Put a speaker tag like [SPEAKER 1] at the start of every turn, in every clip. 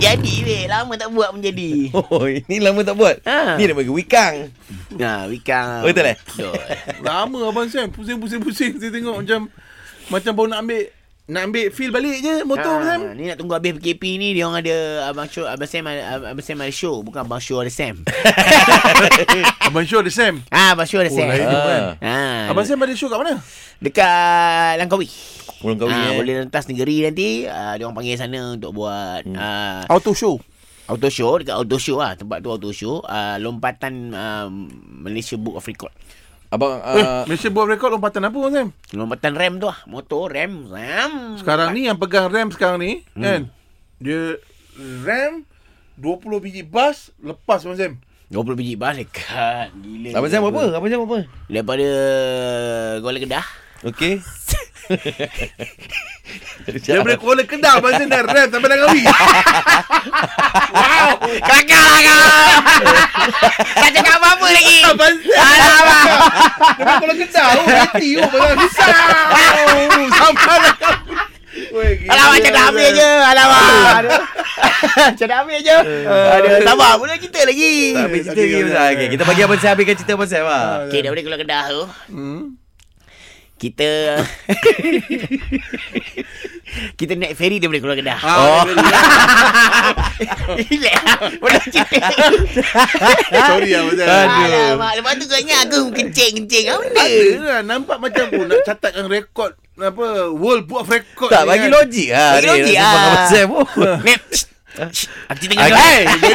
[SPEAKER 1] jadi weh. Lama tak buat pun jadi.
[SPEAKER 2] Oh, ini lama tak buat.
[SPEAKER 1] Ha.
[SPEAKER 2] Ha. Ni dah bagi wikang.
[SPEAKER 1] Ha, wikang.
[SPEAKER 2] Betul eh?
[SPEAKER 3] Lama Abang Sam Pusing-pusing-pusing Saya tengok macam Macam baru nak ambil Nak ambil feel balik je
[SPEAKER 1] Ah.
[SPEAKER 3] Motor ha. Sam
[SPEAKER 1] Ni nak tunggu habis PKP ni dia orang ada abang show abang Sam ada abang Sam ada show bukan abang show ada Sam.
[SPEAKER 3] Abang Syul ada Sam
[SPEAKER 1] ah abang show ada
[SPEAKER 3] Oh,
[SPEAKER 1] Sam.
[SPEAKER 3] lain tu kan.
[SPEAKER 1] Ah.
[SPEAKER 3] Abang Sam ada show kat mana?
[SPEAKER 1] dekat Langkawi.
[SPEAKER 2] Pulang
[SPEAKER 1] Kau
[SPEAKER 2] kahwin.
[SPEAKER 1] ha,
[SPEAKER 3] Ah,
[SPEAKER 2] eh.
[SPEAKER 1] boleh rentas negeri nanti ah, dia orang panggil sana untuk buat hmm. ah,
[SPEAKER 3] Auto show
[SPEAKER 1] auto show dekat auto show lah tempat tu auto show ah, lompatan ah, Malaysia Book of Record.
[SPEAKER 2] Abang
[SPEAKER 3] Eh,
[SPEAKER 2] uh,
[SPEAKER 3] Malaysia buat rekod lompatan apa Abang Sam?
[SPEAKER 1] Lompatan rem tu lah Motor rem Ram
[SPEAKER 3] Sekarang ni yang pegang RAM sekarang ni hmm. kan dia RAM 20 biji bas lepas Abang Sam.
[SPEAKER 1] 20 biji bas dekat Gila
[SPEAKER 2] Abang Sam berapa? Abang Sam berapa?
[SPEAKER 1] Daripada Kuala Kedah
[SPEAKER 2] Okey.
[SPEAKER 3] Dia boleh call Kedah Abang Sam dah RAM sampai Langkawi.
[SPEAKER 1] Wow Kelakar lah kau Tak cakap apa-apa lagi
[SPEAKER 3] Abang Sam
[SPEAKER 1] Alah abang
[SPEAKER 3] dia boleh call Kedah. Oh hati oh barang besar. Oh sampai Langkawi. Weh, gila.
[SPEAKER 1] Alah abang cakap ambil je Alah abang Cakap ambil je Aduh Sabar pula cerita lagi
[SPEAKER 2] Tak habis cerita
[SPEAKER 3] Okey,
[SPEAKER 2] lagi
[SPEAKER 3] okey,
[SPEAKER 2] Abang Sam.
[SPEAKER 3] okey. Ah.
[SPEAKER 2] Okey, kita bagi Abang Sam habiskan cerita Abang Sam lah.
[SPEAKER 1] Okay daripada Kuala Kedah tu
[SPEAKER 3] Hmm.
[SPEAKER 1] Kita Kita naik ferry daripada Kuala Kedah
[SPEAKER 3] Oh.
[SPEAKER 1] Relax lah Boleh cerita
[SPEAKER 3] Sorry lah, Abang Sam.
[SPEAKER 1] Alamak, lepas tu kau ingat aku kencing-kencing Apa benda?
[SPEAKER 3] Ada lah nampak macam oh, nak catatkan rekod apa World Book of Record
[SPEAKER 2] Tak,
[SPEAKER 3] ni
[SPEAKER 2] bagi
[SPEAKER 3] kan.
[SPEAKER 2] logik lah.
[SPEAKER 1] Bagi logik
[SPEAKER 2] lah.
[SPEAKER 1] lah.
[SPEAKER 2] Abang Sam pun. Ah,
[SPEAKER 1] Nep, shh, shh, aku cerita dengan
[SPEAKER 2] Okay.
[SPEAKER 1] kau.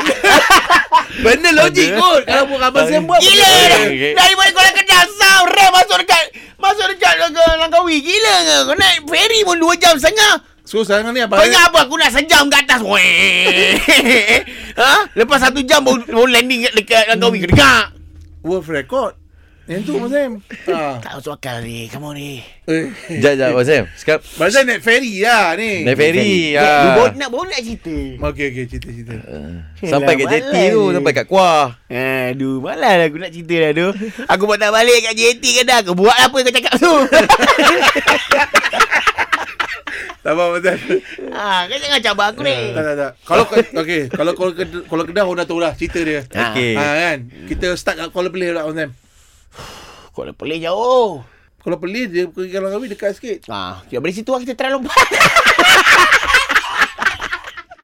[SPEAKER 3] Benda logik kot kalau bukan Abang Sam buat.
[SPEAKER 1] Gila dah.
[SPEAKER 2] Okay,
[SPEAKER 3] Eh,
[SPEAKER 2] okay.
[SPEAKER 1] Dari mana kau nak kedah sound Rap masuk dekat Masuk dekat ke Langkawi Gila ke Kau naik ferry pun 2 jam setengah
[SPEAKER 3] So sekarang ni
[SPEAKER 1] Kau
[SPEAKER 3] Abang
[SPEAKER 1] ingat apa Aku nak sejam ke atas Weh. ha? Lepas satu jam Baru, baru landing kat- dekat Langkawi Kedengar
[SPEAKER 3] World Record Yang tu Abang Sam ha.
[SPEAKER 1] Tak masuk akal ni Come on ni
[SPEAKER 3] Eh,
[SPEAKER 2] Sekejap, sekejap Abang Sam. Sekarang
[SPEAKER 3] Abang Sam naik ferry lah ni
[SPEAKER 2] naik ferry.
[SPEAKER 1] Lu
[SPEAKER 2] ah.
[SPEAKER 1] baru nak baru nak cerita
[SPEAKER 3] Okey okey cerita-cerita
[SPEAKER 2] Sampai kat
[SPEAKER 1] Alah,
[SPEAKER 2] jeti
[SPEAKER 1] malas
[SPEAKER 2] tu,
[SPEAKER 1] je.
[SPEAKER 2] sampai kat kuah.
[SPEAKER 1] Aduh, malas lah aku nak cerita dah tu. Aku buat tak balik kat JT ke dah. Aku buat apa yang kau cakap tu.
[SPEAKER 3] Tak apa Abang Sam
[SPEAKER 1] ha, kau jangan cabar aku ni.
[SPEAKER 3] Tak tak tak Kalau ke- okey Kalau kalau kedah, kalau kedah orang dah tahu dah cerita dia
[SPEAKER 1] Ha.
[SPEAKER 2] Okey.
[SPEAKER 3] Ha kan Kita start kat Kuala Pelih lah Abang Sam
[SPEAKER 1] Kau dah pelik jauh. Ah,
[SPEAKER 3] Kuala Pelih dia pergi Langkawi dekat sikit
[SPEAKER 1] Ha, kita dari situ lah kita try lompat.